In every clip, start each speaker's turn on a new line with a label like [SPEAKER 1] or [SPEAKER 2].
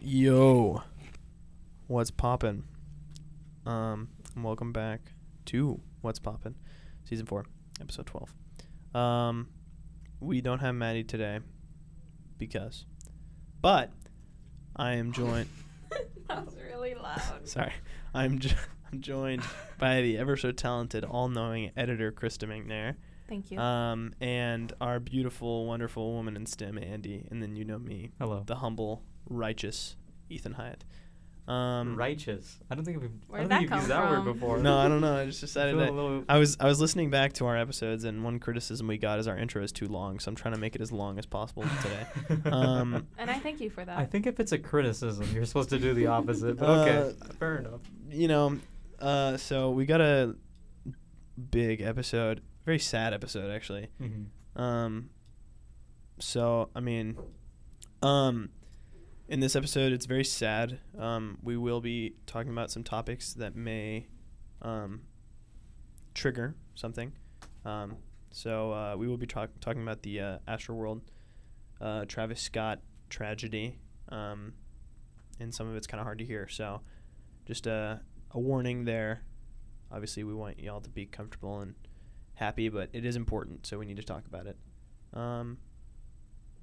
[SPEAKER 1] Yo, what's poppin'? Um, and welcome back to What's Poppin', season four, episode twelve. Um, we don't have Maddie today because, but I am joined.
[SPEAKER 2] that was really loud.
[SPEAKER 1] sorry, I'm jo- I'm joined by the ever so talented, all-knowing editor Krista McNair,
[SPEAKER 2] Thank you.
[SPEAKER 1] um, and our beautiful, wonderful woman in STEM, Andy, and then you know me,
[SPEAKER 3] Hello.
[SPEAKER 1] the humble, righteous Ethan Hyatt. Um,
[SPEAKER 3] righteous. I don't think we've.
[SPEAKER 2] Where'd
[SPEAKER 3] I don't
[SPEAKER 2] that
[SPEAKER 3] think you've used
[SPEAKER 2] come
[SPEAKER 3] that
[SPEAKER 2] from?
[SPEAKER 3] word before.
[SPEAKER 1] No, I don't know. I just
[SPEAKER 3] I
[SPEAKER 1] decided
[SPEAKER 3] feel a
[SPEAKER 1] that.
[SPEAKER 3] little,
[SPEAKER 1] I was I was listening back to our episodes, and one criticism we got is our intro is too long. So I'm trying to make it as long as possible today. um,
[SPEAKER 2] and I thank you for that.
[SPEAKER 3] I think if it's a criticism, you're supposed to do the
[SPEAKER 1] Uh,
[SPEAKER 3] opposite. But okay, fair enough.
[SPEAKER 1] You know, uh, so we got a big episode, very sad episode actually.
[SPEAKER 2] Mm-hmm.
[SPEAKER 3] Mhm.
[SPEAKER 1] Um, so I mean, um, in this episode, it's very sad. Um, we will be talking about some topics that may um, trigger something. Um, so uh, we will be talk- talking about the uh, Astroworld, uh, Travis Scott tragedy, um, and some of it's kind of hard to hear. So just a, a warning there. Obviously, we want y'all to be comfortable and happy, but it is important, so we need to talk about it. Um,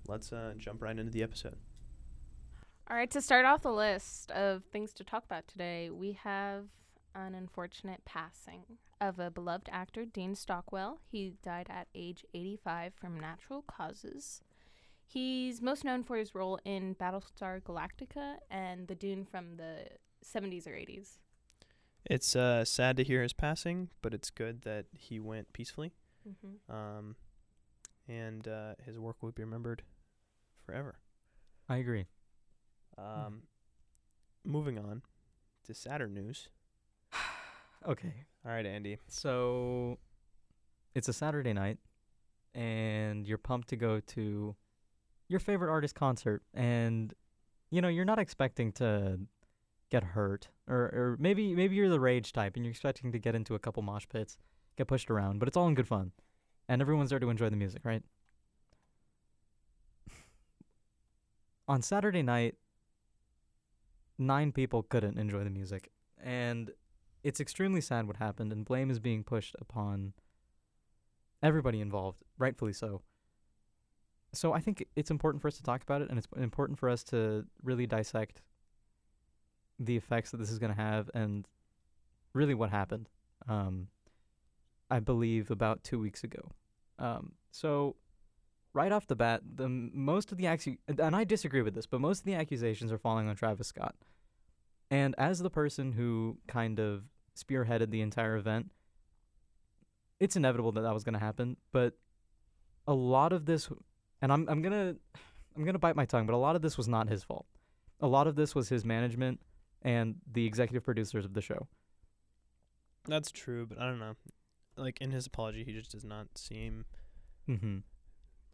[SPEAKER 1] let's uh, jump right into the episode.
[SPEAKER 2] All right, to start off the list of things to talk about today, we have an unfortunate passing of a beloved actor, Dean Stockwell. He died at age 85 from natural causes. He's most known for his role in Battlestar Galactica and the Dune from the 70s or 80s.
[SPEAKER 1] It's uh, sad to hear his passing, but it's good that he went peacefully,
[SPEAKER 2] Mm-hmm.
[SPEAKER 1] um, and uh, his work will be remembered forever.
[SPEAKER 3] I agree.
[SPEAKER 1] Um, moving on to sadder news.
[SPEAKER 3] Okay,
[SPEAKER 1] All right, Andy.
[SPEAKER 3] so it's a Saturday night, and you're pumped to go to your favorite artist concert, and you know you're not expecting to get hurt, or or maybe maybe you're the rage type, and you're expecting to get into a couple mosh pits, get pushed around, but it's all in good fun, and everyone's there to enjoy the music, right? On Saturday night, nine people couldn't enjoy the music, and it's extremely sad what happened, and blame is being pushed upon everybody involved, rightfully so. So I think it's important for us to talk about it, and it's important for us to really dissect the effects that this is going to have, and really what happened. Um, I believe about two weeks ago. Um, so right off the bat, the m- most of the accu- and I disagree with this, but most of the accusations are falling on Travis Scott. And as the person who kind of spearheaded the entire event, it's inevitable that that was going to happen. But a lot of this, and I'm I'm gonna I'm gonna bite my tongue, but a lot of this was not his fault. A lot of this was his management and the executive producers of the show.
[SPEAKER 1] That's true, but I don't know. Like in his apology, he just does not seem
[SPEAKER 3] Mm-hmm.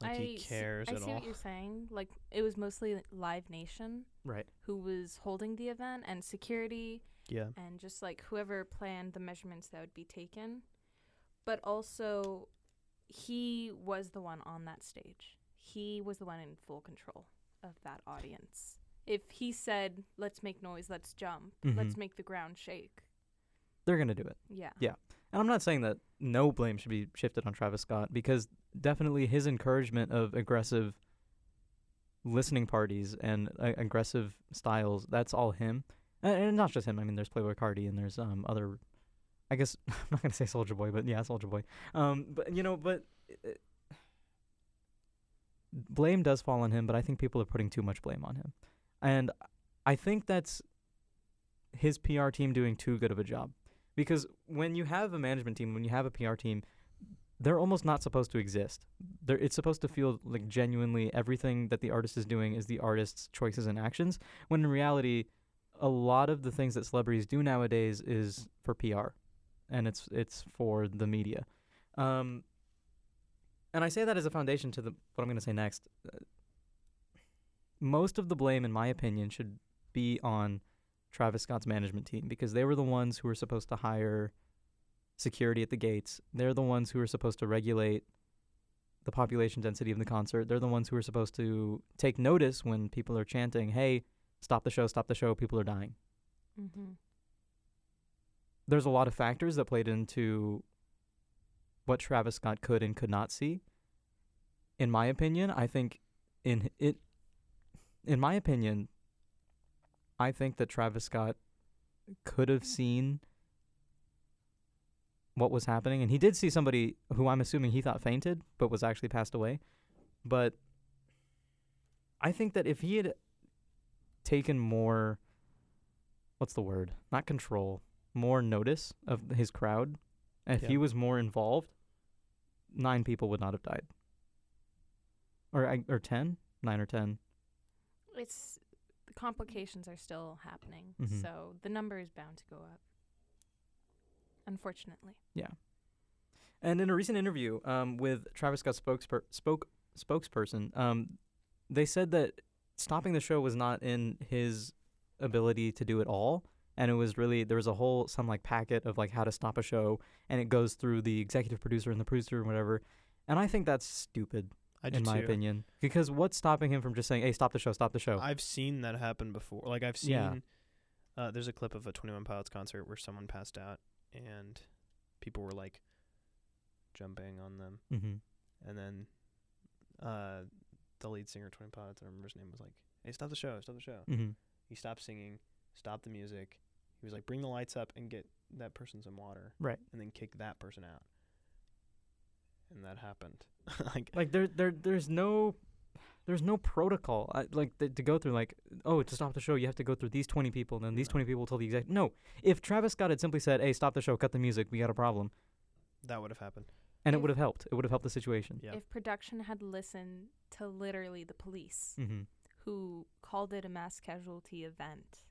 [SPEAKER 1] like he
[SPEAKER 2] I see-
[SPEAKER 1] cares
[SPEAKER 2] I
[SPEAKER 1] at
[SPEAKER 2] see
[SPEAKER 1] all.
[SPEAKER 2] what you're saying. Like, it was mostly Live Nation
[SPEAKER 3] Right.
[SPEAKER 2] who was holding the event and security
[SPEAKER 1] Yeah,
[SPEAKER 2] and just like whoever planned the measurements that would be taken. But also, he was the one on that stage. He was the one in full control of that audience. If he said, let's make noise, let's jump, let's
[SPEAKER 3] Mhm.
[SPEAKER 2] make the ground shake.
[SPEAKER 3] They're gonna do it.
[SPEAKER 2] Yeah.
[SPEAKER 3] And I'm not saying that no blame should be shifted on Travis Scott because definitely his encouragement of aggressive listening parties and uh, aggressive styles, that's all him. A- And, not just him. I mean, there's Playboy Cardi and there's um other I guess I'm not going to say Soldier Boy, but yeah, Soldier Boy. Um but you know, but uh, blame does fall on him, but I think people are putting too much blame on him. And I think that's his PR team doing too good of a job because when you have a management team, when you have a PR team, they're almost not supposed to exist. They're, it's supposed to feel like genuinely everything that the artist is doing is the artist's choices and actions. When in reality, a lot of the things that celebrities do nowadays is for PR, and it's it's for the media. Um, and I say that as a foundation to the what I'm going to say next. Uh, Most of the blame, in my opinion, should be on Travis Scott's management team because they were the ones who were supposed to hire security at the gates. They're the ones who were supposed to regulate the population density of the concert. They're the ones who were supposed to take notice when people are chanting, "Hey, Stop the show, stop the show, people are dying.
[SPEAKER 2] Mm-hmm.
[SPEAKER 3] There's a lot of factors that played into what Travis Scott could and could not see. In my opinion, I think in h- it in my opinion, I think that Travis Scott could have seen what was happening and he did see somebody who I'm assuming he thought fainted but was actually passed away. But I think that if he had taken more what's the word? Not control, more notice of his crowd, and if
[SPEAKER 1] Yeah.
[SPEAKER 3] he was more involved, nine people would not have died. Or I- or 10, 9 or 10.
[SPEAKER 2] It's the complications are still happening,
[SPEAKER 3] Mhm.
[SPEAKER 2] so the number is bound to go up. Unfortunately.
[SPEAKER 3] And in a recent interview um, with Travis Scott spokesper- spoke spokesperson, um, they said that stopping the show was not in his ability to do it all, and it was really there was a whole some like packet of like how to stop a show, and it goes through the executive producer and the producer and whatever. And I think that's stupid
[SPEAKER 1] I do
[SPEAKER 3] in my
[SPEAKER 1] too.
[SPEAKER 3] opinion because what's stopping him from just saying, "Hey, stop the show, stop the show."
[SPEAKER 1] I've seen that happen before. Like I've seen
[SPEAKER 3] Yeah.
[SPEAKER 1] uh, there's a clip of a 21 Pilots concert where someone passed out and people were like jumping on them
[SPEAKER 3] mm-hmm.
[SPEAKER 1] and then uh, the lead singer of 21 Pilots, I don't remember his name, was like, "Hey, stop the show, stop the show."
[SPEAKER 3] Mm-hmm.
[SPEAKER 1] He stopped singing, stopped the music. He was like, "Bring the lights up and get that person some water."
[SPEAKER 3] Right.
[SPEAKER 1] And then kick that person out. And that happened. like
[SPEAKER 3] like there there there's no there's no protocol I, like th- to go through like oh to stop the show you have to go through these 20 people and then these
[SPEAKER 1] No.
[SPEAKER 3] 20 people till the exact no if travis scott had simply said hey stop the show cut the music we got a problem
[SPEAKER 1] that would have happened.
[SPEAKER 3] and it
[SPEAKER 2] If-
[SPEAKER 3] would have helped it would have helped the situation
[SPEAKER 1] Yeah.
[SPEAKER 2] If production had listened to literally the police
[SPEAKER 3] mm-hmm.
[SPEAKER 2] who called it a mass casualty event,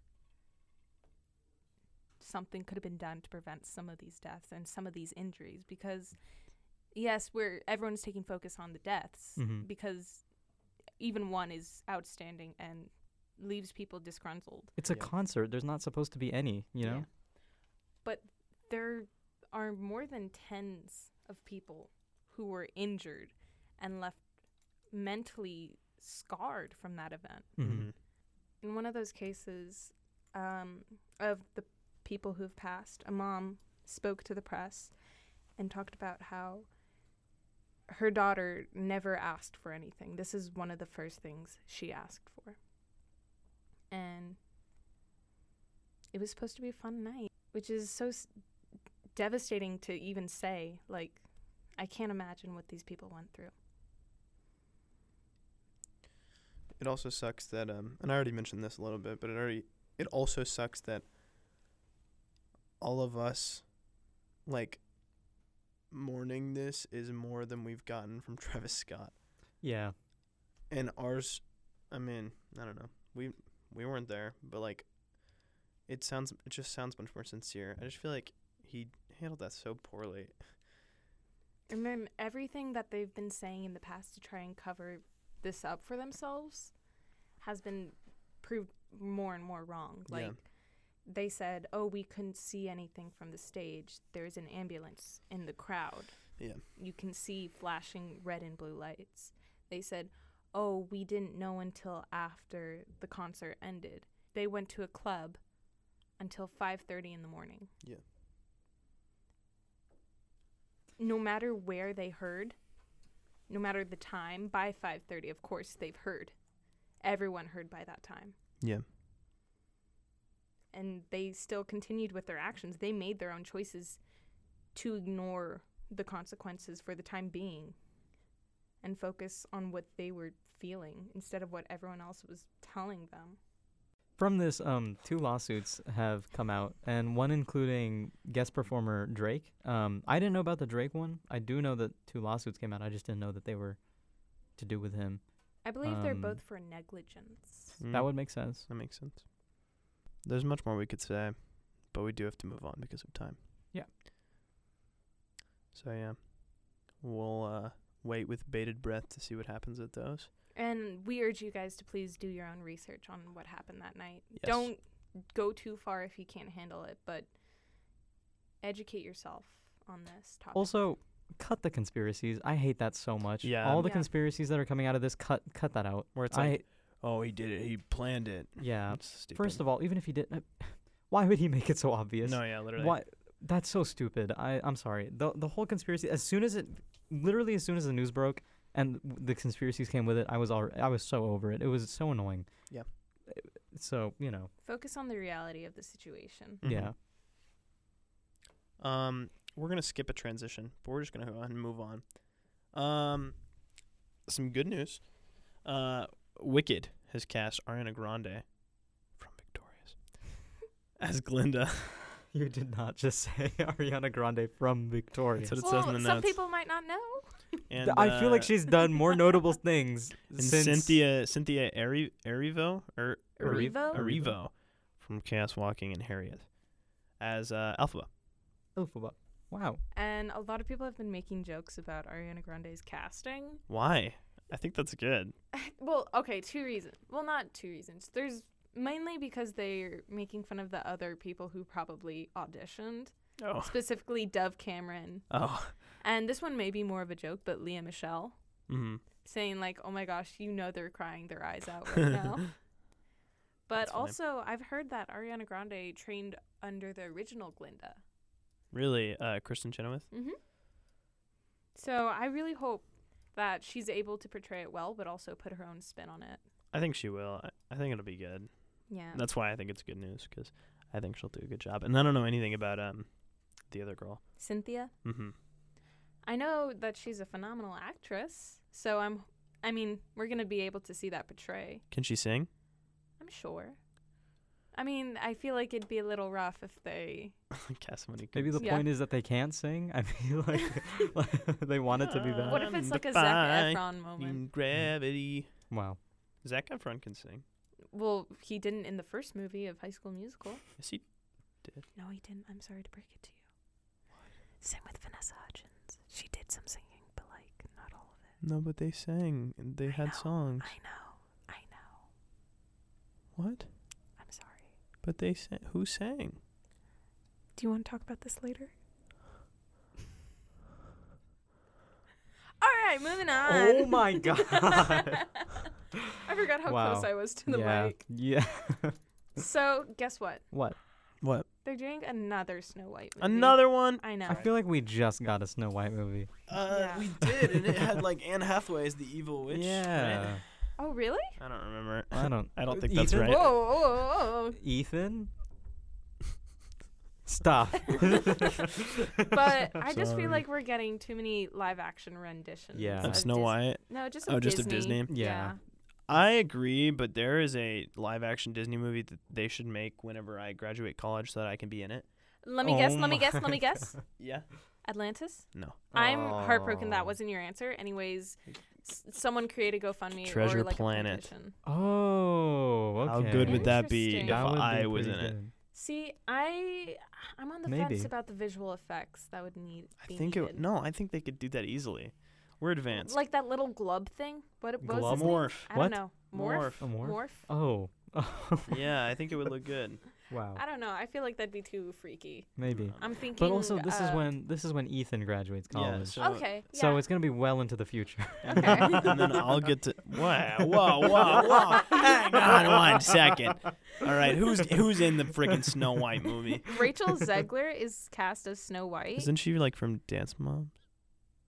[SPEAKER 2] something could have been done to prevent some of these deaths and some of these injuries because yes, we're everyone's taking focus on the deaths
[SPEAKER 3] Mhm.
[SPEAKER 2] because even one is outstanding and leaves people disgruntled.
[SPEAKER 3] it's a
[SPEAKER 1] Yeah.
[SPEAKER 3] concert there's not supposed to be any you
[SPEAKER 2] Yeah.
[SPEAKER 3] know
[SPEAKER 2] But there are more than tens of people who were injured and left mentally scarred from that event.
[SPEAKER 1] Mm-hmm.
[SPEAKER 3] Mhm.
[SPEAKER 2] In one of those cases um, of the people who've passed, a mom spoke to the press and talked about how her daughter never asked for anything. This is one of the first things she asked for. And it was supposed to be a fun night, which is so s- devastating to even say. Like, I can't imagine what these people went through.
[SPEAKER 1] It also sucks that um and I already mentioned this a little bit, but it already it also sucks that all of us like mourning this is more than we've gotten from Travis Scott.
[SPEAKER 3] yeah
[SPEAKER 1] And ours I mean, I don't know. We we weren't there, but like it sounds it just sounds much more sincere. I just feel like he handled that so poorly.
[SPEAKER 2] And then everything that they've been saying in the past to try and cover this up for themselves has been proved more and more wrong.
[SPEAKER 1] Yeah.
[SPEAKER 2] Like they said, "Oh, we couldn't see anything from the stage. There's an ambulance in the crowd.
[SPEAKER 1] Yeah.
[SPEAKER 2] You can see flashing red and blue lights." They said, "Oh, we didn't know until after the concert ended. They went to a club until 5:30 in the morning."
[SPEAKER 1] Yeah.
[SPEAKER 2] No matter where they heard, no matter the time, by 5:30, of course, they've heard. Everyone heard by that time
[SPEAKER 1] Yeah.
[SPEAKER 2] and they still continued with their actions. They made their own choices to ignore the consequences for the time being and focus on what they were feeling instead of what everyone else was telling them.
[SPEAKER 3] from this um two lawsuits have come out and one including guest performer drake um i didn't know about the drake one i do know that two lawsuits came out i just didn't know that they were to do with him
[SPEAKER 2] I believe they're
[SPEAKER 3] Um,
[SPEAKER 2] both for negligence.
[SPEAKER 3] that
[SPEAKER 1] Mm.
[SPEAKER 3] would make sense
[SPEAKER 1] That makes sense. There's much more we could say, but we do have to move on because of time.
[SPEAKER 3] Yeah.
[SPEAKER 1] So yeah, we'll uh, wait with bated breath to see what happens at those.
[SPEAKER 2] And we urge you guys to please do your own research on what happened that night.
[SPEAKER 1] Yes.
[SPEAKER 2] Don't go too far if you can't handle it, but educate yourself on this topic.
[SPEAKER 3] Also, cut the conspiracies. I hate that so much.
[SPEAKER 1] Yeah.
[SPEAKER 3] All the
[SPEAKER 2] Yeah.
[SPEAKER 3] conspiracies that are coming out of this, cut cut that out.
[SPEAKER 1] Where it's
[SPEAKER 3] I
[SPEAKER 1] like, oh, he did it. He planned it.
[SPEAKER 3] Yeah.
[SPEAKER 1] That's stupid.
[SPEAKER 3] First of all, even if he didn't, why would he make it so obvious?
[SPEAKER 1] no, yeah, literally.
[SPEAKER 3] Why? That's so stupid. I I'm sorry. The the whole conspiracy. As soon as it, literally as soon as the news broke and w- the conspiracies came with it, I was all I was so over it. It was so annoying.
[SPEAKER 1] Yeah.
[SPEAKER 3] Uh, So you know.
[SPEAKER 2] Focus on the reality of the situation.
[SPEAKER 1] Mhm.
[SPEAKER 3] Yeah.
[SPEAKER 1] Um, we're gonna skip a transition, but we're just gonna go ahead and move on. Um, some good news. Uh, Wicked has cast Ariana Grande from Victorious as Glinda.
[SPEAKER 3] You did not just say Ariana Grande from Victoria.
[SPEAKER 1] That's what it
[SPEAKER 2] well,
[SPEAKER 1] says in the
[SPEAKER 2] some
[SPEAKER 1] notes.
[SPEAKER 2] people might not know.
[SPEAKER 1] and
[SPEAKER 3] I feel like
[SPEAKER 1] uh,
[SPEAKER 3] she's done more notable things
[SPEAKER 1] and
[SPEAKER 3] since
[SPEAKER 1] Cynthia Cynthia Ari- Arivo or Ari-
[SPEAKER 2] Erivo?
[SPEAKER 1] Arivo from Chaos Walking and Harriet as uh, Alphaba.
[SPEAKER 3] Alphaba. Wow.
[SPEAKER 2] And a lot of people have been making jokes about Ariana Grande's casting.
[SPEAKER 1] Why? I think that's good.
[SPEAKER 2] well, okay, two reasons. Well, not two reasons. There's mainly because they're making fun of the other people who probably auditioned,
[SPEAKER 1] Oh,
[SPEAKER 2] specifically Dove Cameron.
[SPEAKER 1] oh,
[SPEAKER 2] And this one may be more of a joke, but Leah Michelle
[SPEAKER 1] mm-hmm.
[SPEAKER 2] saying like, "Oh my gosh, you know they're crying their eyes out right now." but
[SPEAKER 1] That's funny.
[SPEAKER 2] also, I've heard that Ariana Grande trained under the original Glinda.
[SPEAKER 1] really, uh, Kristen Chenoweth.
[SPEAKER 2] Mm-hmm. So I really hope that she's able to portray it well, but also put her own spin on it.
[SPEAKER 1] I think she will. I, I think it'll be good.
[SPEAKER 2] Yeah.
[SPEAKER 1] That's why I think it's good news because I think she'll do a good job. And I don't know anything about um the other girl.
[SPEAKER 2] Cynthia.
[SPEAKER 1] Mm-hmm.
[SPEAKER 2] I know that she's a phenomenal actress, so I'm. I mean, we're gonna be able to see that portray.
[SPEAKER 1] Can she sing?
[SPEAKER 2] I'm sure. I mean, I feel like it'd be a little rough if they.
[SPEAKER 1] Cast somebody.
[SPEAKER 3] Maybe the
[SPEAKER 2] Yeah.
[SPEAKER 3] point is that they can't sing. I mean, like they want it to be
[SPEAKER 1] Uh,
[SPEAKER 3] that.
[SPEAKER 2] What if it's like a Zac
[SPEAKER 1] Defy
[SPEAKER 2] Efron moment?
[SPEAKER 1] gravity.
[SPEAKER 3] Wow.
[SPEAKER 1] Zac Efron can sing.
[SPEAKER 2] Well, he didn't in the first movie of High School Musical.
[SPEAKER 1] Yes, he.
[SPEAKER 2] No, he didn't. I'm sorry to break it to you. Same with Vanessa Hudgens. She did some singing, but like not all of it.
[SPEAKER 1] No, but they sang. and They
[SPEAKER 2] I
[SPEAKER 1] had
[SPEAKER 2] know,
[SPEAKER 1] songs.
[SPEAKER 2] I know. I know.
[SPEAKER 1] What?
[SPEAKER 2] I'm sorry.
[SPEAKER 1] But they sang. Who sang?
[SPEAKER 2] Do you want to talk about this later? All right, moving on.
[SPEAKER 3] Oh my God.
[SPEAKER 2] I forgot how
[SPEAKER 3] Wow.
[SPEAKER 2] close I was to the
[SPEAKER 3] yeah.
[SPEAKER 2] mic.
[SPEAKER 3] Yeah.
[SPEAKER 2] So, guess what?
[SPEAKER 3] What?
[SPEAKER 1] What?
[SPEAKER 2] They're doing another Snow White movie.
[SPEAKER 1] Another one.
[SPEAKER 2] I know.
[SPEAKER 3] I feel like we just got a Snow White movie.
[SPEAKER 1] Uh,
[SPEAKER 2] Yeah.
[SPEAKER 1] we did, and it had like Anne Hathaway as the evil witch. right?
[SPEAKER 3] yeah.
[SPEAKER 2] oh, really? Oh,
[SPEAKER 1] I don't remember.
[SPEAKER 3] I don't.
[SPEAKER 1] I don't think that's
[SPEAKER 3] Ethan?
[SPEAKER 1] right.
[SPEAKER 2] Whoa, whoa, whoa, whoa.
[SPEAKER 3] Ethan. Stop.
[SPEAKER 2] But I just
[SPEAKER 1] Sorry.
[SPEAKER 2] feel like we're getting too many live action renditions.
[SPEAKER 3] Yeah.
[SPEAKER 1] Of
[SPEAKER 3] Of
[SPEAKER 1] Uh, Snow
[SPEAKER 2] Dis-
[SPEAKER 1] White.
[SPEAKER 2] No, just
[SPEAKER 1] Oh,
[SPEAKER 2] of
[SPEAKER 1] just
[SPEAKER 2] Disney.
[SPEAKER 1] of Disney.
[SPEAKER 3] Yeah.
[SPEAKER 1] I agree, but there is a live action Disney movie that they should make whenever I graduate college so that I can be in it.
[SPEAKER 2] Let me guess,
[SPEAKER 3] Oh
[SPEAKER 2] let me guess, let
[SPEAKER 3] my
[SPEAKER 2] me guess.
[SPEAKER 1] Yeah.
[SPEAKER 2] Atlantis?
[SPEAKER 1] No.
[SPEAKER 2] I'm heartbroken
[SPEAKER 3] Oh.
[SPEAKER 2] that wasn't your answer. Anyways, s- someone create a GoFundMe
[SPEAKER 1] Treasure
[SPEAKER 2] or like
[SPEAKER 1] Planet.
[SPEAKER 2] A petition.
[SPEAKER 3] Oh. Okay.
[SPEAKER 1] How good would that be if
[SPEAKER 2] Interesting. That would
[SPEAKER 1] I was in it?
[SPEAKER 2] See, I I'm on the fence
[SPEAKER 3] Maybe.
[SPEAKER 2] about the visual effects that would need.
[SPEAKER 1] I
[SPEAKER 2] be
[SPEAKER 1] think it
[SPEAKER 2] needed.
[SPEAKER 1] no, I think they could do that easily. We're advanced.
[SPEAKER 2] Like that little glub thing. What, it- what was his name?
[SPEAKER 1] Glumorph.
[SPEAKER 2] I
[SPEAKER 3] What?
[SPEAKER 2] don't know. Morph.
[SPEAKER 3] A morph?
[SPEAKER 2] Morph.
[SPEAKER 3] Oh.
[SPEAKER 1] yeah, I think it would look good.
[SPEAKER 3] wow.
[SPEAKER 2] I don't know. I feel like that'd be too freaky.
[SPEAKER 3] Maybe.
[SPEAKER 1] Um,
[SPEAKER 2] I'm thinking.
[SPEAKER 3] But also, this is
[SPEAKER 2] uh,
[SPEAKER 3] when this is when Ethan graduates
[SPEAKER 1] Yeah,
[SPEAKER 3] college.
[SPEAKER 1] so-
[SPEAKER 2] Okay. Yeah.
[SPEAKER 3] So it's gonna be well into the future.
[SPEAKER 2] Okay.
[SPEAKER 1] and then I'll get to Wow, whoa, whoa, whoa. Hang on one second. All right, who's who's in the freaking Snow White movie?
[SPEAKER 2] Rachel Zegler is cast as Snow White.
[SPEAKER 1] Isn't she like from Dance Moms?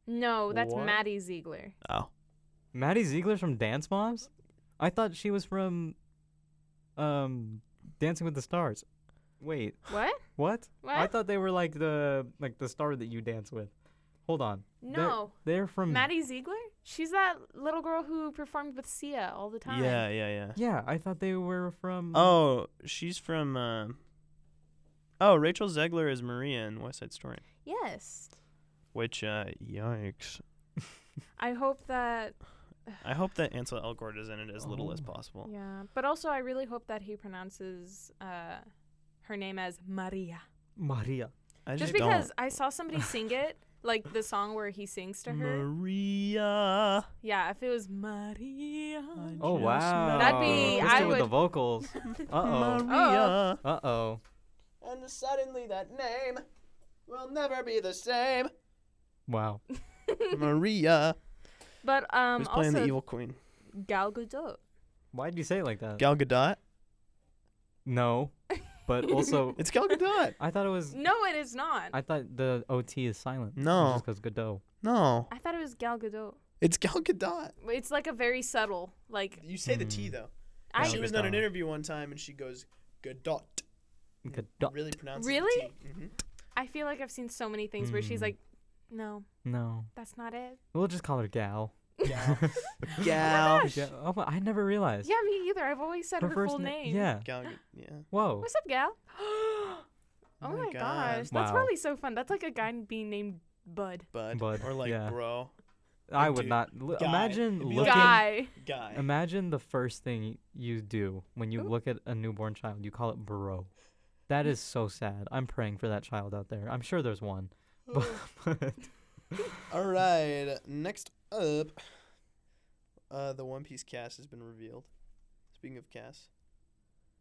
[SPEAKER 2] no, that's
[SPEAKER 3] What?
[SPEAKER 2] Maddie Ziegler.
[SPEAKER 1] Oh.
[SPEAKER 3] Maddie Ziegler's from Dance Moms? I thought she was from um Dancing with the Stars. Wait,
[SPEAKER 2] What?
[SPEAKER 3] what? I
[SPEAKER 2] What?
[SPEAKER 3] thought they were like the like the star that you dance with. Hold on. They're-
[SPEAKER 2] No.
[SPEAKER 3] They're, from
[SPEAKER 2] Maddie Ziegler? She's that little girl who performed with Sia all the time.
[SPEAKER 1] Yeah, yeah, yeah.
[SPEAKER 3] Yeah, I thought they were from
[SPEAKER 1] Oh, she's from. um oh, Rachel Zegler is Maria in West Side Story.
[SPEAKER 2] Yes.
[SPEAKER 1] Which, uh, yikes!
[SPEAKER 2] I hope that.
[SPEAKER 1] I hope that Ansel Elgort is in it as little
[SPEAKER 3] Oh
[SPEAKER 1] as
[SPEAKER 3] my-
[SPEAKER 1] possible.
[SPEAKER 2] Yeah. But also, I really hope that he pronounces uh, her name as Maria.
[SPEAKER 3] Maria.
[SPEAKER 1] I just,
[SPEAKER 2] Just because I saw somebody sing it, like the song where he sings to
[SPEAKER 1] don't.
[SPEAKER 2] her.
[SPEAKER 1] Maria.
[SPEAKER 2] yeah, if it was Maria.
[SPEAKER 3] Oh
[SPEAKER 1] Just
[SPEAKER 3] wow.
[SPEAKER 2] That'd be-
[SPEAKER 3] Kristen
[SPEAKER 2] I
[SPEAKER 3] with the
[SPEAKER 2] would-
[SPEAKER 3] vocals.
[SPEAKER 2] Oh.
[SPEAKER 3] Uh-oh.
[SPEAKER 1] Maria.
[SPEAKER 3] Uh-oh.
[SPEAKER 1] And suddenly that name will never be the same.
[SPEAKER 3] Wow.
[SPEAKER 1] Maria.
[SPEAKER 2] But um,
[SPEAKER 1] Who's playing
[SPEAKER 2] also,
[SPEAKER 1] the evil queen?
[SPEAKER 2] Gal Gadot.
[SPEAKER 3] Why'd you say it like that?
[SPEAKER 1] Gal Gadot.
[SPEAKER 3] no, but also
[SPEAKER 1] It's Gal Gadot.
[SPEAKER 3] I thought it was.
[SPEAKER 2] No, it is not. I,
[SPEAKER 3] I thought the OT is silent.
[SPEAKER 1] No.
[SPEAKER 3] because Godot.
[SPEAKER 1] no,
[SPEAKER 2] thought it was Gal Gadot.
[SPEAKER 1] it's Gal Gadot. Hmm.
[SPEAKER 2] It's like a very subtle, like
[SPEAKER 1] You say the T
[SPEAKER 3] Mm.
[SPEAKER 1] though.
[SPEAKER 2] I
[SPEAKER 1] she
[SPEAKER 3] Gal
[SPEAKER 1] was on an
[SPEAKER 3] Gadot.
[SPEAKER 1] interview one time and she goes Gadot.
[SPEAKER 3] Godot.
[SPEAKER 1] Really pronounces
[SPEAKER 2] Really?
[SPEAKER 1] hmm
[SPEAKER 2] I feel like I've seen so many things where she's
[SPEAKER 3] Mm.
[SPEAKER 2] like, no,
[SPEAKER 3] No,
[SPEAKER 2] that's not it.
[SPEAKER 3] we'll just call her Gal.
[SPEAKER 1] Gal.
[SPEAKER 2] Gal.
[SPEAKER 1] Gal.
[SPEAKER 2] gosh.
[SPEAKER 3] Gal- Oh, I never realized.
[SPEAKER 2] Yeah, me either. I've always said her, full
[SPEAKER 3] na-
[SPEAKER 2] name.
[SPEAKER 3] Yeah.
[SPEAKER 1] Gal. Ga- Yeah.
[SPEAKER 3] Whoa.
[SPEAKER 2] What's up, Gal? oh
[SPEAKER 1] my God.
[SPEAKER 2] my gosh, that's
[SPEAKER 3] Wow.
[SPEAKER 2] really so fun. That's like a guy being named Bud.
[SPEAKER 1] Bud.
[SPEAKER 3] Bud,
[SPEAKER 1] Or like
[SPEAKER 3] yeah.
[SPEAKER 1] bro.
[SPEAKER 3] I would
[SPEAKER 1] dude.
[SPEAKER 3] not l-
[SPEAKER 1] Guy.
[SPEAKER 3] imagine
[SPEAKER 1] It'd be
[SPEAKER 3] looking.
[SPEAKER 1] like-
[SPEAKER 2] Guy.
[SPEAKER 1] Guy.
[SPEAKER 3] Imagine the first thing you do when you
[SPEAKER 2] Ooh.
[SPEAKER 3] look at a newborn child. You call it bro. That is so sad. I'm praying for that child out there. I'm sure there's one. But
[SPEAKER 1] All right. Next up, uh, the One Piece cast has been revealed. Speaking of cast,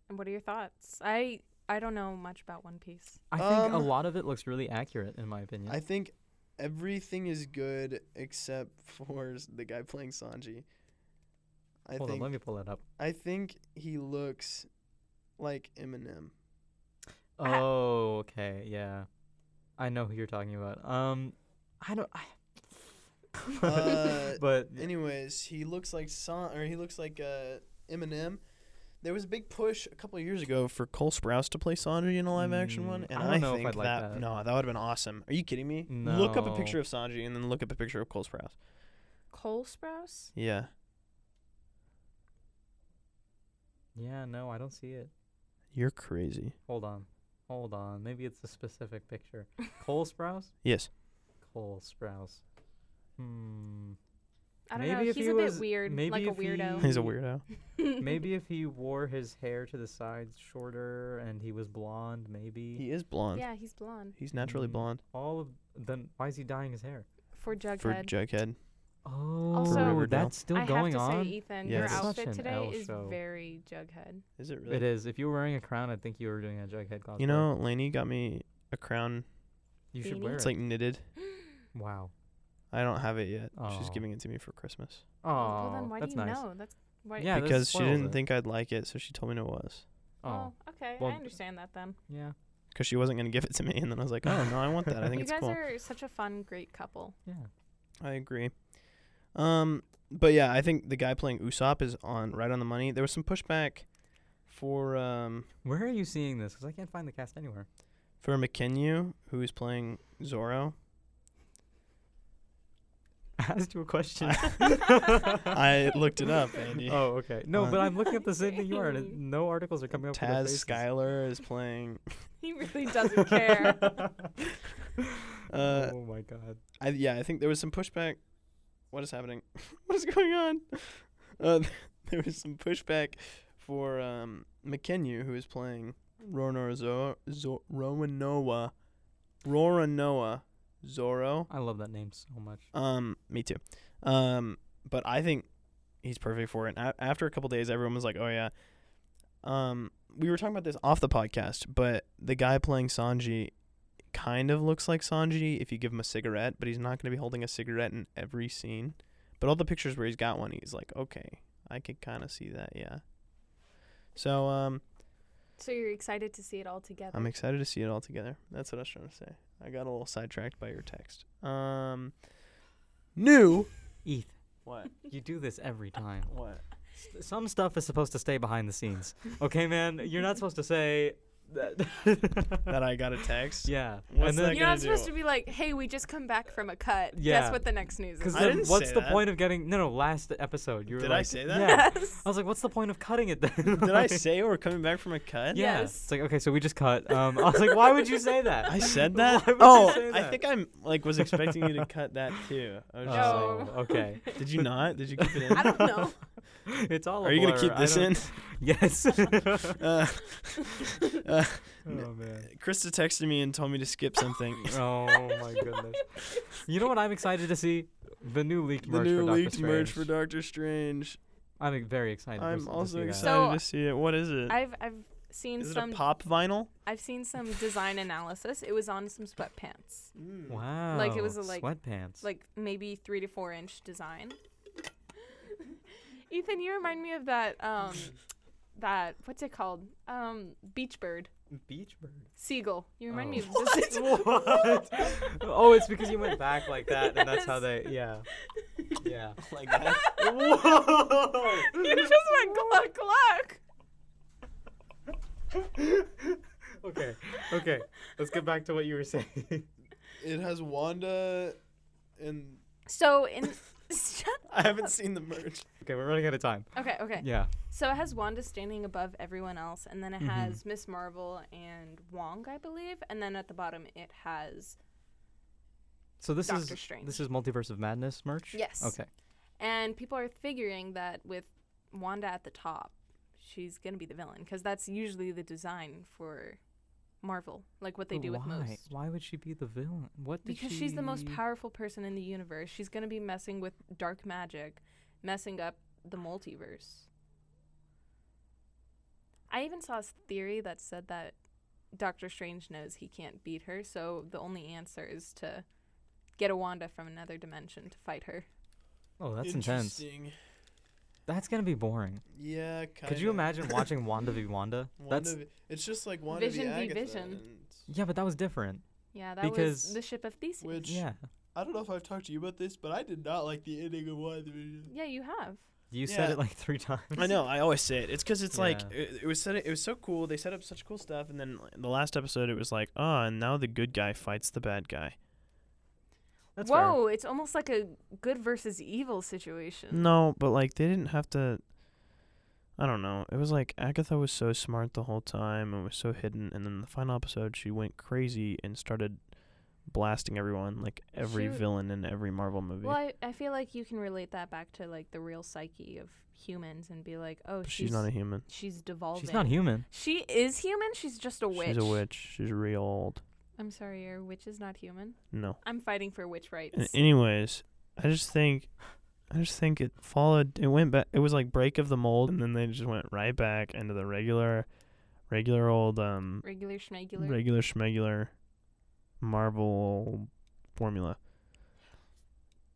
[SPEAKER 2] And what are your thoughts? I I don't know much about One Piece.
[SPEAKER 3] I think a
[SPEAKER 1] Um,
[SPEAKER 3] lot of it looks really accurate, in my opinion.
[SPEAKER 1] I think everything is good except for s- the guy playing Sanji. I
[SPEAKER 3] Hold on,
[SPEAKER 1] think
[SPEAKER 3] let me pull that up.
[SPEAKER 1] I think he looks like Eminem.
[SPEAKER 2] I-
[SPEAKER 3] Oh, okay, yeah. I know who you're talking about. Um, I don't. I,
[SPEAKER 1] Uh,
[SPEAKER 3] but
[SPEAKER 1] Anyways, he looks like San or he looks like uh, Eminem. There was a big push a couple of years ago for Cole Sprouse to play Sanji in a live action one,
[SPEAKER 3] Mm,
[SPEAKER 1] and
[SPEAKER 3] I don't
[SPEAKER 1] I
[SPEAKER 3] know if
[SPEAKER 1] think
[SPEAKER 3] I'd like
[SPEAKER 1] that,
[SPEAKER 3] that.
[SPEAKER 1] no, that would have been awesome. Are you kidding me? Look up a
[SPEAKER 3] No.
[SPEAKER 1] picture of Sanji and then look up a picture of Cole Sprouse.
[SPEAKER 2] Cole Sprouse?
[SPEAKER 1] Yeah,
[SPEAKER 3] yeah, no, I don't see it.
[SPEAKER 1] you're crazy.
[SPEAKER 3] Hold on, hold on. Maybe it's a specific picture. Cole Sprouse.
[SPEAKER 1] Yes,
[SPEAKER 3] Cole Sprouse. Hmm.
[SPEAKER 2] I don't
[SPEAKER 3] Maybe
[SPEAKER 2] know.
[SPEAKER 3] if
[SPEAKER 2] He's
[SPEAKER 3] he
[SPEAKER 2] a bit
[SPEAKER 3] was-
[SPEAKER 2] weird,
[SPEAKER 3] maybe
[SPEAKER 2] like a
[SPEAKER 3] if he-
[SPEAKER 2] weirdo.
[SPEAKER 1] he's a weirdo.
[SPEAKER 3] maybe if he wore his hair to the sides shorter and he was blonde, maybe.
[SPEAKER 1] He is blonde.
[SPEAKER 2] yeah, he's blonde.
[SPEAKER 1] He's naturally
[SPEAKER 3] Mm.
[SPEAKER 1] blonde
[SPEAKER 3] All of then why is he dyeing his hair?
[SPEAKER 2] For Jughead.
[SPEAKER 1] for Jughead.
[SPEAKER 3] Oh,
[SPEAKER 2] Also-
[SPEAKER 3] that's still
[SPEAKER 2] I
[SPEAKER 3] going
[SPEAKER 2] have to
[SPEAKER 3] on.
[SPEAKER 2] say, Ethan,
[SPEAKER 1] Yeah,
[SPEAKER 2] your
[SPEAKER 1] it's such
[SPEAKER 2] outfit
[SPEAKER 3] an
[SPEAKER 2] today
[SPEAKER 3] L
[SPEAKER 2] is
[SPEAKER 3] show.
[SPEAKER 2] very Jughead.
[SPEAKER 1] Is it really?
[SPEAKER 3] It is. If you were wearing a crown, I think you were doing a Jughead cosplay.
[SPEAKER 1] You know, Lainey got me a crown.
[SPEAKER 3] you should
[SPEAKER 2] Beanie?
[SPEAKER 3] wear
[SPEAKER 1] It's
[SPEAKER 3] it.
[SPEAKER 1] like knitted.
[SPEAKER 3] wow.
[SPEAKER 1] I don't have it yet. She's
[SPEAKER 3] Aw.
[SPEAKER 1] giving it to me for Christmas
[SPEAKER 3] Oh,
[SPEAKER 2] well, then why
[SPEAKER 3] that's
[SPEAKER 2] do you
[SPEAKER 3] nice.
[SPEAKER 2] know? That's why.
[SPEAKER 3] Yeah, that
[SPEAKER 1] because she
[SPEAKER 3] spoils
[SPEAKER 1] didn't
[SPEAKER 3] it.
[SPEAKER 1] think I'd like it, so she told me what it was.
[SPEAKER 3] Oh,
[SPEAKER 2] Oh, okay.
[SPEAKER 3] Well,
[SPEAKER 2] I understand that then.
[SPEAKER 3] yeah.
[SPEAKER 1] because she wasn't going to give it to me. And then I was like, oh, no, I want that. I think
[SPEAKER 2] you
[SPEAKER 1] it's
[SPEAKER 2] guys
[SPEAKER 1] cool.
[SPEAKER 2] are such a fun, great couple.
[SPEAKER 3] Yeah.
[SPEAKER 1] I agree. Um, but yeah, I think the guy playing Usopp is on right on the money. There was some pushback for um,
[SPEAKER 3] Where are you seeing this? Because I can't find the cast anywhere.
[SPEAKER 1] for McKenyu, who is playing Zoro.
[SPEAKER 3] Asked you a question.
[SPEAKER 1] I looked it up, Andy.
[SPEAKER 3] Oh, okay. No,
[SPEAKER 1] Uh,
[SPEAKER 3] but I'm looking at the same thing you are, and it-
[SPEAKER 2] Okay.
[SPEAKER 3] no articles are coming up. for their
[SPEAKER 1] Taz
[SPEAKER 3] faces.
[SPEAKER 1] Skyler is playing.
[SPEAKER 2] He really doesn't care.
[SPEAKER 1] Uh,
[SPEAKER 3] oh my god.
[SPEAKER 1] I, yeah, I think there was some pushback. What is happening? what is going on? Uh, there was some pushback for um, McKenyu, who is playing Roronoa, Zo- Roronoa, Roronoa Zoro.
[SPEAKER 3] I love that name so much.
[SPEAKER 1] Um, me too. Um, but I think he's perfect for it. And a- after a couple days, everyone was like, "Oh yeah." Um, we were talking about this off the podcast, but the guy playing Sanji kind of looks like Sanji if you give him a cigarette, but he's not going to be holding a cigarette in every scene. But all the pictures where he's got one, he's like, "Okay, I could kind of see that." Yeah. So um,
[SPEAKER 2] so you're excited to see it all together.
[SPEAKER 1] I'm excited to see it all together. That's what I was trying to say. I got a little sidetracked by your text. Um, new.
[SPEAKER 3] ETH,
[SPEAKER 1] What?
[SPEAKER 3] you do this every time.
[SPEAKER 1] What?
[SPEAKER 3] S- Some stuff is supposed to stay behind the scenes. Okay, man, you're not supposed to say that.
[SPEAKER 1] that I got a text.
[SPEAKER 3] yeah.
[SPEAKER 1] What's
[SPEAKER 3] and then,
[SPEAKER 1] that
[SPEAKER 2] You're not
[SPEAKER 1] gonna
[SPEAKER 2] supposed
[SPEAKER 1] do-
[SPEAKER 2] to be like, hey, we just come back from a cut.
[SPEAKER 3] Yeah.
[SPEAKER 2] Guess what the next news is.
[SPEAKER 3] Because
[SPEAKER 1] I
[SPEAKER 3] then
[SPEAKER 1] didn't
[SPEAKER 3] what's
[SPEAKER 1] say
[SPEAKER 3] the
[SPEAKER 1] that.
[SPEAKER 3] point of getting? No, no. Last episode, you were
[SPEAKER 1] Did I
[SPEAKER 3] like,
[SPEAKER 1] say that?
[SPEAKER 3] Yeah. Oh.
[SPEAKER 2] Yes.
[SPEAKER 3] I was like, what's the point of cutting it then?
[SPEAKER 1] Did I say we're coming back from a cut?
[SPEAKER 3] Yeah.
[SPEAKER 2] Yes.
[SPEAKER 3] It's like okay, so we just cut. Um, I was like, why would you say that?
[SPEAKER 1] I said that.
[SPEAKER 3] Why would you
[SPEAKER 1] oh,
[SPEAKER 3] say
[SPEAKER 1] I
[SPEAKER 3] that?
[SPEAKER 1] think I'm like was expecting you to cut that too. I was just
[SPEAKER 3] Oh,
[SPEAKER 2] No.
[SPEAKER 3] okay.
[SPEAKER 1] like, did you not? Did you keep it
[SPEAKER 2] I
[SPEAKER 1] in?
[SPEAKER 2] don't know.
[SPEAKER 3] It's all.
[SPEAKER 1] Are
[SPEAKER 3] a
[SPEAKER 1] you gonna
[SPEAKER 3] blur.
[SPEAKER 1] keep
[SPEAKER 3] I
[SPEAKER 1] this
[SPEAKER 3] don't-
[SPEAKER 1] in?
[SPEAKER 3] Yes.
[SPEAKER 1] Uh, uh,
[SPEAKER 3] oh man.
[SPEAKER 1] Krista texted me and told me to skip something.
[SPEAKER 3] Oh my goodness. You know what I'm excited to see? The new leaked
[SPEAKER 1] the
[SPEAKER 3] merch
[SPEAKER 1] new
[SPEAKER 3] for Doctor
[SPEAKER 1] leaked merch for
[SPEAKER 3] Strange.
[SPEAKER 1] Doctor Strange.
[SPEAKER 3] I'm very excited. to s-
[SPEAKER 1] I'm
[SPEAKER 3] to
[SPEAKER 1] also
[SPEAKER 3] see that.
[SPEAKER 1] excited
[SPEAKER 2] So,
[SPEAKER 1] to see it. What is it?
[SPEAKER 2] I've I've seen
[SPEAKER 1] is it a
[SPEAKER 2] some
[SPEAKER 1] pop vinyl?
[SPEAKER 2] I've seen some design analysis. It was on some sweatpants.
[SPEAKER 3] Wow.
[SPEAKER 2] it was a, like-
[SPEAKER 3] sweatpants.
[SPEAKER 2] Like maybe three to four inch design. Ethan, you remind me of that um that what's it called? Um beach bird.
[SPEAKER 3] Beach bird.
[SPEAKER 2] Seagull. You remind
[SPEAKER 3] Oh.
[SPEAKER 2] me of this.
[SPEAKER 3] What? oh, it's because you went back like that, and that's how they. Yeah. Yeah.
[SPEAKER 1] like that.
[SPEAKER 3] Whoa.
[SPEAKER 2] you just went gluck gluck.
[SPEAKER 3] okay. Okay. Let's get back to what you were saying.
[SPEAKER 1] It has Wanda, and
[SPEAKER 2] So in Shut-
[SPEAKER 1] I haven't seen the merch.
[SPEAKER 3] okay, we're running out of time.
[SPEAKER 2] Okay, okay.
[SPEAKER 3] Yeah.
[SPEAKER 2] So it has Wanda standing above everyone else and then it
[SPEAKER 3] Mhm.
[SPEAKER 2] has Miss Marvel and Wong, I believe, and then at the bottom it has
[SPEAKER 3] So this
[SPEAKER 2] Doctor
[SPEAKER 3] is
[SPEAKER 2] Strange.
[SPEAKER 3] this is multiverse of madness merch.
[SPEAKER 2] Yes.
[SPEAKER 3] Okay.
[SPEAKER 2] And people are figuring that with Wanda at the top, she's going to be the villain because that's usually the design for Marvel, like what they do
[SPEAKER 3] Why?
[SPEAKER 2] with most.
[SPEAKER 3] Why would she be the villain? What? Did
[SPEAKER 2] Because she's the most
[SPEAKER 3] she-
[SPEAKER 2] powerful person in the universe. She's going to be messing with dark magic, messing up the multiverse. I even saw a theory that said that Doctor Strange knows he can't beat her, so the only answer is to get a Wanda from another dimension to fight her.
[SPEAKER 3] Oh, that's intense.
[SPEAKER 1] Interesting.
[SPEAKER 3] That's gonna be boring.
[SPEAKER 1] Yeah. Kinda.
[SPEAKER 3] Could you imagine watching Wanda v Wanda?
[SPEAKER 1] Wanda
[SPEAKER 3] That's
[SPEAKER 1] v- it's just like Wanda
[SPEAKER 2] Vision
[SPEAKER 1] v.
[SPEAKER 2] v.
[SPEAKER 1] Agatha,
[SPEAKER 2] Vision.
[SPEAKER 1] and-
[SPEAKER 3] yeah, but that was different.
[SPEAKER 2] Yeah, that
[SPEAKER 3] Because-
[SPEAKER 2] was the ship of Theseus.
[SPEAKER 1] Which
[SPEAKER 3] Yeah.
[SPEAKER 1] I don't know if I've talked to you about this, but I did not like the ending of Wanda. Vision.
[SPEAKER 2] yeah, you have.
[SPEAKER 3] You said
[SPEAKER 1] Yeah.
[SPEAKER 3] it like three times.
[SPEAKER 1] I know. I always say it. It's because it's like
[SPEAKER 3] Yeah.
[SPEAKER 1] it, it was set. It was so cool. They set up such cool stuff, and then like, the last episode, it was like, oh, and now the good guy fights the bad guy.
[SPEAKER 3] That's fair.
[SPEAKER 2] Whoa, it's almost like a good versus evil situation.
[SPEAKER 1] No, but like they didn't have to. I don't know. It was like Agatha was so smart the whole time and was so hidden, and then the final episode, she went crazy and started blasting everyone, like every
[SPEAKER 2] She w-
[SPEAKER 1] villain in every Marvel movie.
[SPEAKER 2] Well, I, I feel like you can relate that back to like the real psyche of humans and be like, oh,
[SPEAKER 1] But
[SPEAKER 2] she's
[SPEAKER 1] she's not a human.
[SPEAKER 2] she's devolving.
[SPEAKER 3] She's not human.
[SPEAKER 2] She is human. She's just a witch.
[SPEAKER 1] She's a witch. She's real old.
[SPEAKER 2] I'm sorry, your witch is not human.
[SPEAKER 1] No.
[SPEAKER 2] I'm fighting for witch rights.
[SPEAKER 1] A- anyways, I just think, I just think it followed. It went back. It was like break of the mold, and then they just went right back into the regular, regular old um
[SPEAKER 2] Regular schmegular.
[SPEAKER 1] regular schmegular Marvel formula.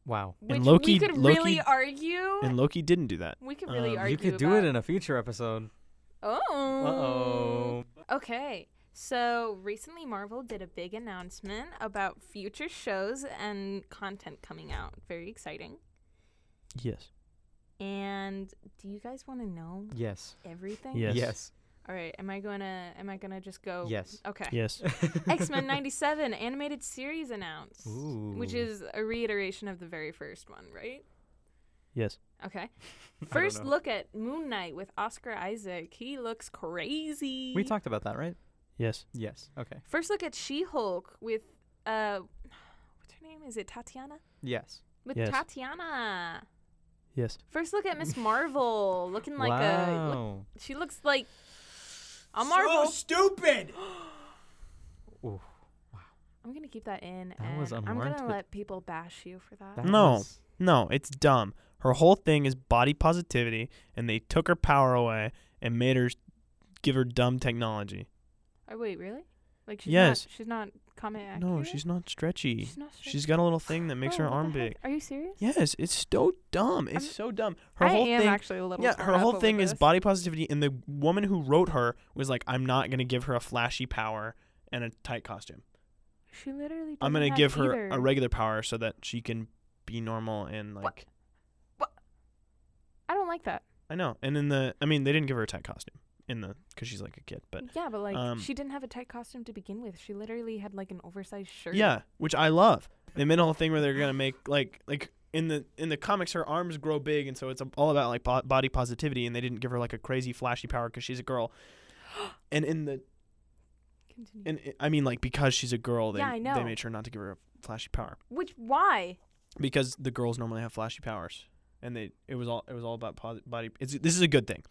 [SPEAKER 3] Wow.
[SPEAKER 2] which we
[SPEAKER 1] Loki-
[SPEAKER 2] could
[SPEAKER 1] Loki-
[SPEAKER 2] really argue.
[SPEAKER 1] And Loki didn't do that.
[SPEAKER 2] we could really
[SPEAKER 1] um,
[SPEAKER 2] argue.
[SPEAKER 3] you could do it in a future episode. Uh
[SPEAKER 2] oh.
[SPEAKER 3] oh.
[SPEAKER 2] Okay. So recently, Marvel did a big announcement about future shows and content coming out. Very exciting.
[SPEAKER 1] Yes.
[SPEAKER 2] And do you guys want to know
[SPEAKER 3] Yes.
[SPEAKER 2] everything?
[SPEAKER 1] Yes.
[SPEAKER 3] Yes.
[SPEAKER 2] All right. Am I gonna Am I gonna just go?
[SPEAKER 3] Yes.
[SPEAKER 2] Okay.
[SPEAKER 1] Yes.
[SPEAKER 2] X Men '97 animated series announced, which
[SPEAKER 3] Ooh.
[SPEAKER 2] is a reiteration of the very first one, right?
[SPEAKER 1] Yes.
[SPEAKER 2] Okay.
[SPEAKER 3] I don't
[SPEAKER 2] First
[SPEAKER 3] know.
[SPEAKER 2] look at Moon Knight with Oscar Isaac. He looks crazy.
[SPEAKER 3] We talked about that, right?
[SPEAKER 1] Yes.
[SPEAKER 3] Yes. Okay.
[SPEAKER 2] First look at She Hulk with uh, what's her name? Is it Tatiana?
[SPEAKER 3] Yes.
[SPEAKER 2] With
[SPEAKER 1] Yes.
[SPEAKER 2] Tatiana.
[SPEAKER 1] Yes.
[SPEAKER 2] First look at Miss Marvel, looking like a. Look,
[SPEAKER 3] wow.
[SPEAKER 2] she looks like a Marvel.
[SPEAKER 1] stupid.
[SPEAKER 3] Ooh,
[SPEAKER 2] I'm gonna keep that in,
[SPEAKER 3] That
[SPEAKER 2] and
[SPEAKER 3] was
[SPEAKER 2] I'm gonna
[SPEAKER 3] unwarranted.
[SPEAKER 2] let people bash you for that.
[SPEAKER 3] that
[SPEAKER 1] No.
[SPEAKER 3] was-
[SPEAKER 1] No, it's dumb. Her whole thing is body positivity, and they took her power away and made her give her dumb technology.
[SPEAKER 2] Oh wait, really? Like she's
[SPEAKER 1] Yes.
[SPEAKER 2] not she's not comment accurate.
[SPEAKER 1] No, she's not stretchy.
[SPEAKER 2] she's not. straight-
[SPEAKER 1] She's got a little thing that makes
[SPEAKER 2] Bro,
[SPEAKER 1] her
[SPEAKER 2] what the
[SPEAKER 1] arm
[SPEAKER 2] heck?
[SPEAKER 1] big.
[SPEAKER 2] Are you serious?
[SPEAKER 1] Yes, it's so dumb. It's
[SPEAKER 2] I'm-
[SPEAKER 1] so dumb. Her
[SPEAKER 2] I
[SPEAKER 1] whole
[SPEAKER 2] am
[SPEAKER 1] thing.
[SPEAKER 2] actually a little.
[SPEAKER 1] yeah,
[SPEAKER 2] torn
[SPEAKER 1] her
[SPEAKER 2] up
[SPEAKER 1] whole
[SPEAKER 2] over
[SPEAKER 1] thing is
[SPEAKER 2] this.
[SPEAKER 1] body positivity, and the woman who wrote her was like, "I'm not gonna give her a flashy power and a tight costume."
[SPEAKER 2] She literally.
[SPEAKER 1] I'm
[SPEAKER 2] doesn't
[SPEAKER 1] gonna
[SPEAKER 2] have
[SPEAKER 1] give her
[SPEAKER 2] either.
[SPEAKER 1] a regular power so that she can be normal and like
[SPEAKER 2] What? I don't like that.
[SPEAKER 1] I know. And in the I mean they didn't give her a tight costume in the because she's like a kid, but
[SPEAKER 2] yeah, but like
[SPEAKER 1] um,
[SPEAKER 2] she didn't have a tight costume to begin with. She literally had like an oversized shirt.
[SPEAKER 1] yeah, which I love. They made a whole thing where they're gonna make like like in the in the comics her arms grow big and so it's all about like bo- body positivity and they didn't give her like a crazy flashy power because she's a girl. And in the
[SPEAKER 2] Continue.
[SPEAKER 1] and I mean like because she's a girl they
[SPEAKER 2] Yeah, I know.
[SPEAKER 1] they made sure not to give her a flashy power
[SPEAKER 2] Which why?
[SPEAKER 1] because the girls normally have flashy powers and they it was all it was all about posi- body. It's, this is a good thing.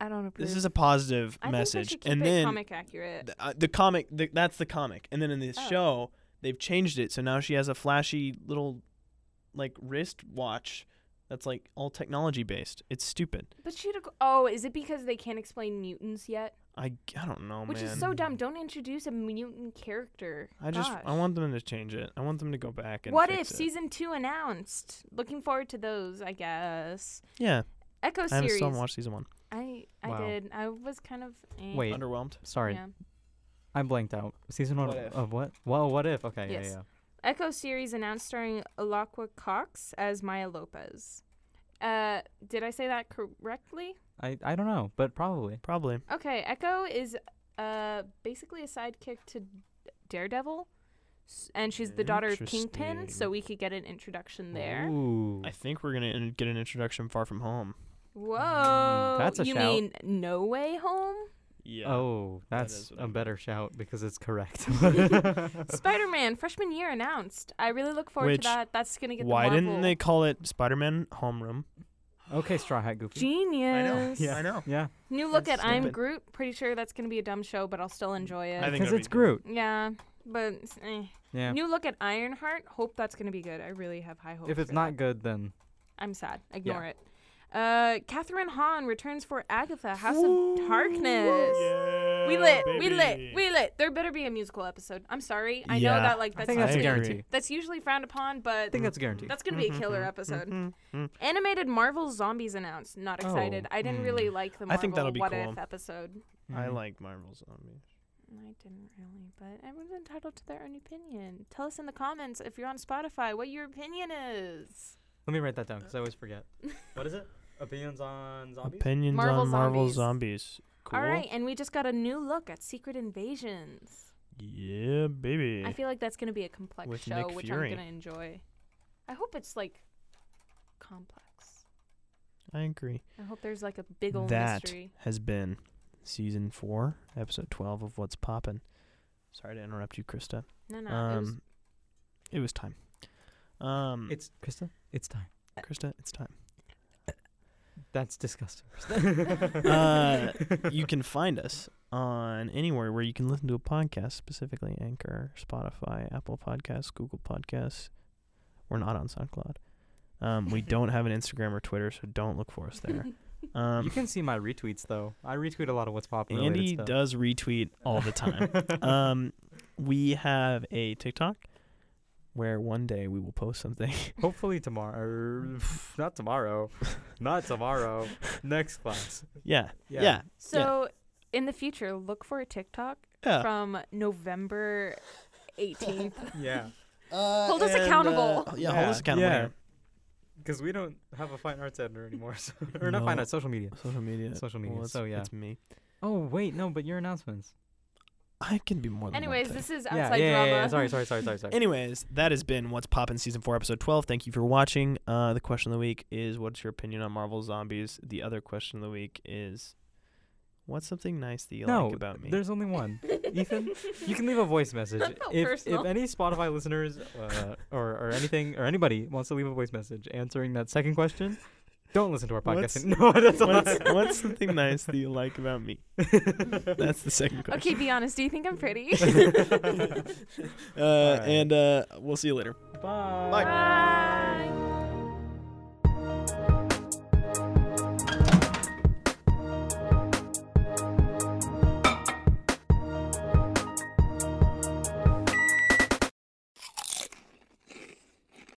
[SPEAKER 2] I don't approve.
[SPEAKER 1] This is a positive
[SPEAKER 2] I
[SPEAKER 1] message,
[SPEAKER 2] Think they should keep
[SPEAKER 1] and
[SPEAKER 2] it
[SPEAKER 1] then
[SPEAKER 2] comic accurate.
[SPEAKER 1] th- uh, the comic the, that's the comic, and then in this
[SPEAKER 2] Oh.
[SPEAKER 1] show they've changed it, so now she has a flashy little like wrist watch that's like all technology based. It's stupid.
[SPEAKER 2] But she would Oh, is it because they can't explain mutants yet?
[SPEAKER 1] I, I don't know,
[SPEAKER 2] Which
[SPEAKER 1] Oh, man.
[SPEAKER 2] is so dumb. Don't introduce a mutant character.
[SPEAKER 1] I just
[SPEAKER 2] Gosh.
[SPEAKER 1] I want them to change it. I want them to go back and
[SPEAKER 2] What if
[SPEAKER 1] fix it.
[SPEAKER 2] season two announced? Looking forward to those, I guess.
[SPEAKER 1] Yeah,
[SPEAKER 2] Echo
[SPEAKER 1] I haven't
[SPEAKER 2] series.
[SPEAKER 1] still haven't watched season one.
[SPEAKER 2] I I
[SPEAKER 3] Wow.
[SPEAKER 2] did. I was kind of eh.
[SPEAKER 3] Wait,
[SPEAKER 1] Underwhelmed.
[SPEAKER 3] Sorry,
[SPEAKER 2] Yeah.
[SPEAKER 3] I blanked out. Season one
[SPEAKER 1] What
[SPEAKER 3] of-
[SPEAKER 1] If?
[SPEAKER 3] of what? Whoa, what if? Okay, yeah,
[SPEAKER 2] Yes.
[SPEAKER 3] yeah.
[SPEAKER 2] Echo series announced starring Alakwa Cox as Maya Lopez. Uh, did I say that correctly?
[SPEAKER 3] I, I don't know, but probably.
[SPEAKER 1] Probably.
[SPEAKER 2] Okay, Echo is uh basically a sidekick to Daredevil, s- and she's the daughter of Kingpin, so
[SPEAKER 1] Interesting.
[SPEAKER 2] we could get an introduction there.
[SPEAKER 3] Ooh.
[SPEAKER 1] I think we're gonna in- get an introduction far from home.
[SPEAKER 2] Whoa,
[SPEAKER 1] Mm,
[SPEAKER 3] that's a
[SPEAKER 2] you
[SPEAKER 3] shout.
[SPEAKER 2] mean No Way Home?
[SPEAKER 1] Yeah.
[SPEAKER 3] Oh,
[SPEAKER 1] that
[SPEAKER 3] that's
[SPEAKER 1] is what I
[SPEAKER 3] a
[SPEAKER 1] meant.
[SPEAKER 3] better shout because it's correct.
[SPEAKER 2] Spider-Man freshman year announced. I really look forward
[SPEAKER 1] Which-
[SPEAKER 2] to that. That's gonna get
[SPEAKER 1] Why
[SPEAKER 2] the
[SPEAKER 1] didn't
[SPEAKER 2] Marvel.
[SPEAKER 1] they call it Spider-Man Homeroom?
[SPEAKER 3] okay, Straw Hat Goofy.
[SPEAKER 2] Genius.
[SPEAKER 3] Yeah. I
[SPEAKER 1] know.
[SPEAKER 3] yeah,
[SPEAKER 2] New look
[SPEAKER 1] That's
[SPEAKER 2] at I'm
[SPEAKER 1] stupid.
[SPEAKER 2] Groot. Pretty sure that's gonna be a dumb show, but I'll still enjoy it.
[SPEAKER 1] I think
[SPEAKER 3] because
[SPEAKER 1] that'd
[SPEAKER 3] it's
[SPEAKER 1] be good.
[SPEAKER 3] Groot.
[SPEAKER 2] yeah, but eh.
[SPEAKER 3] Yeah.
[SPEAKER 2] new look at Ironheart. Hope that's gonna be good. I really have high hopes.
[SPEAKER 3] If it's
[SPEAKER 2] for that.
[SPEAKER 3] not good, then
[SPEAKER 2] I'm sad. Ignore it. Uh, Catherine Hahn returns for Agatha, House of Darkness. We lit, we lit, we lit. There better be a musical episode. I'm sorry. I know
[SPEAKER 1] Yeah.
[SPEAKER 2] that like
[SPEAKER 3] I
[SPEAKER 2] that's
[SPEAKER 3] think that's a
[SPEAKER 1] I
[SPEAKER 2] usually-
[SPEAKER 1] agree.
[SPEAKER 3] guarantee.
[SPEAKER 2] That's usually frowned upon,
[SPEAKER 3] I
[SPEAKER 2] but
[SPEAKER 3] think that's Mm-hmm, a guarantee.
[SPEAKER 2] that's gonna be a killer episode.
[SPEAKER 1] Mhm, mhm.
[SPEAKER 2] Animated Marvel zombies announced. Not excited.
[SPEAKER 3] Oh,
[SPEAKER 2] I didn't
[SPEAKER 3] hmm.
[SPEAKER 2] really like
[SPEAKER 1] I
[SPEAKER 2] the Marvel
[SPEAKER 1] think that'll be
[SPEAKER 2] What
[SPEAKER 1] cool.
[SPEAKER 2] If episode.
[SPEAKER 1] I
[SPEAKER 3] Mhm.
[SPEAKER 1] like Marvel zombies.
[SPEAKER 2] I didn't really, but everyone's entitled to their own opinion. Tell us in the comments if you're on Spotify what your opinion is.
[SPEAKER 3] Let me write that down because I always forget. what is it? Opinions on zombies?
[SPEAKER 1] Opinions
[SPEAKER 2] Marvel
[SPEAKER 1] on Marvel
[SPEAKER 2] zombies.
[SPEAKER 1] zombies. Cool.
[SPEAKER 2] All right, and we just got a new look at Secret Invasions.
[SPEAKER 1] Yeah, baby.
[SPEAKER 2] I feel like that's gonna be a complex
[SPEAKER 1] With
[SPEAKER 2] show,
[SPEAKER 1] Nick
[SPEAKER 2] which
[SPEAKER 1] Fury.
[SPEAKER 2] I'm gonna enjoy. I hope it's like complex.
[SPEAKER 1] I agree.
[SPEAKER 2] I hope there's like a big old
[SPEAKER 1] that
[SPEAKER 2] mystery.
[SPEAKER 1] has been season four, episode twelve of What's Poppin'. Sorry to interrupt you, Krista.
[SPEAKER 2] No, no, it was
[SPEAKER 1] Um, it was time. Um,
[SPEAKER 3] It's Krista. It's time.
[SPEAKER 1] Krista, it's time.
[SPEAKER 3] That's disgusting.
[SPEAKER 1] uh, you can find us on anywhere where you can listen to a podcast, specifically Anchor, Spotify, Apple Podcasts, Google Podcasts. We're not on SoundCloud. Um, we don't have an Instagram or Twitter, so don't look for us there.
[SPEAKER 3] you
[SPEAKER 1] Um,
[SPEAKER 3] can see my retweets though. I retweet a lot of what's popular.
[SPEAKER 1] Andy does retweet all the time. um, we have a TikTok where one day we will post something.
[SPEAKER 3] Hopefully tomorrow. er, Not tomorrow. Not tomorrow. Next class.
[SPEAKER 1] yeah, yeah,
[SPEAKER 3] Yeah.
[SPEAKER 1] yeah.
[SPEAKER 2] so in the future. Look for a TikTok
[SPEAKER 1] Uh.
[SPEAKER 2] from November 18th.
[SPEAKER 3] Yeah.
[SPEAKER 2] Hold us and, accountable.
[SPEAKER 1] uh, yeah, hold us
[SPEAKER 3] Yeah,
[SPEAKER 1] accountable.
[SPEAKER 3] yeah.
[SPEAKER 1] here.
[SPEAKER 3] Because we don't have a fine arts editor anymore. So, or not fine
[SPEAKER 1] No.
[SPEAKER 3] arts, social media.
[SPEAKER 1] Social media.
[SPEAKER 3] Social media,
[SPEAKER 1] Well, it's-
[SPEAKER 3] so yeah.
[SPEAKER 1] it's me.
[SPEAKER 3] Oh wait, no, but your announcements.
[SPEAKER 1] I can be more than one
[SPEAKER 2] Anyways,
[SPEAKER 1] thing.
[SPEAKER 2] this is
[SPEAKER 3] Yeah,
[SPEAKER 2] outside
[SPEAKER 3] yeah, yeah,
[SPEAKER 2] drama.
[SPEAKER 3] yeah, Sorry, sorry, sorry, sorry, sorry.
[SPEAKER 1] Anyways, that has been What's Poppin' Season 4, Episode 12. Thank you for watching. Uh, the question of the week is What's your opinion on Marvel Zombies? The other question of the week is What's something nice that you
[SPEAKER 3] no,
[SPEAKER 1] like about me?
[SPEAKER 3] there's only one. Ethan, you can leave a voice message.
[SPEAKER 2] That felt
[SPEAKER 3] If, if
[SPEAKER 2] personal.
[SPEAKER 3] any Spotify listeners uh, or, or anything or anybody wants to leave a voice message answering that second question, don't listen to our
[SPEAKER 1] What's-
[SPEAKER 3] podcast. any- no, that's a
[SPEAKER 1] what's,
[SPEAKER 3] lie.
[SPEAKER 1] what's something nice that you like about me? That's the second question.
[SPEAKER 2] Okay, be honest. Do you think I'm pretty?
[SPEAKER 1] Uh,
[SPEAKER 3] right.
[SPEAKER 1] And uh, we'll see you later. Bye.
[SPEAKER 2] Bye.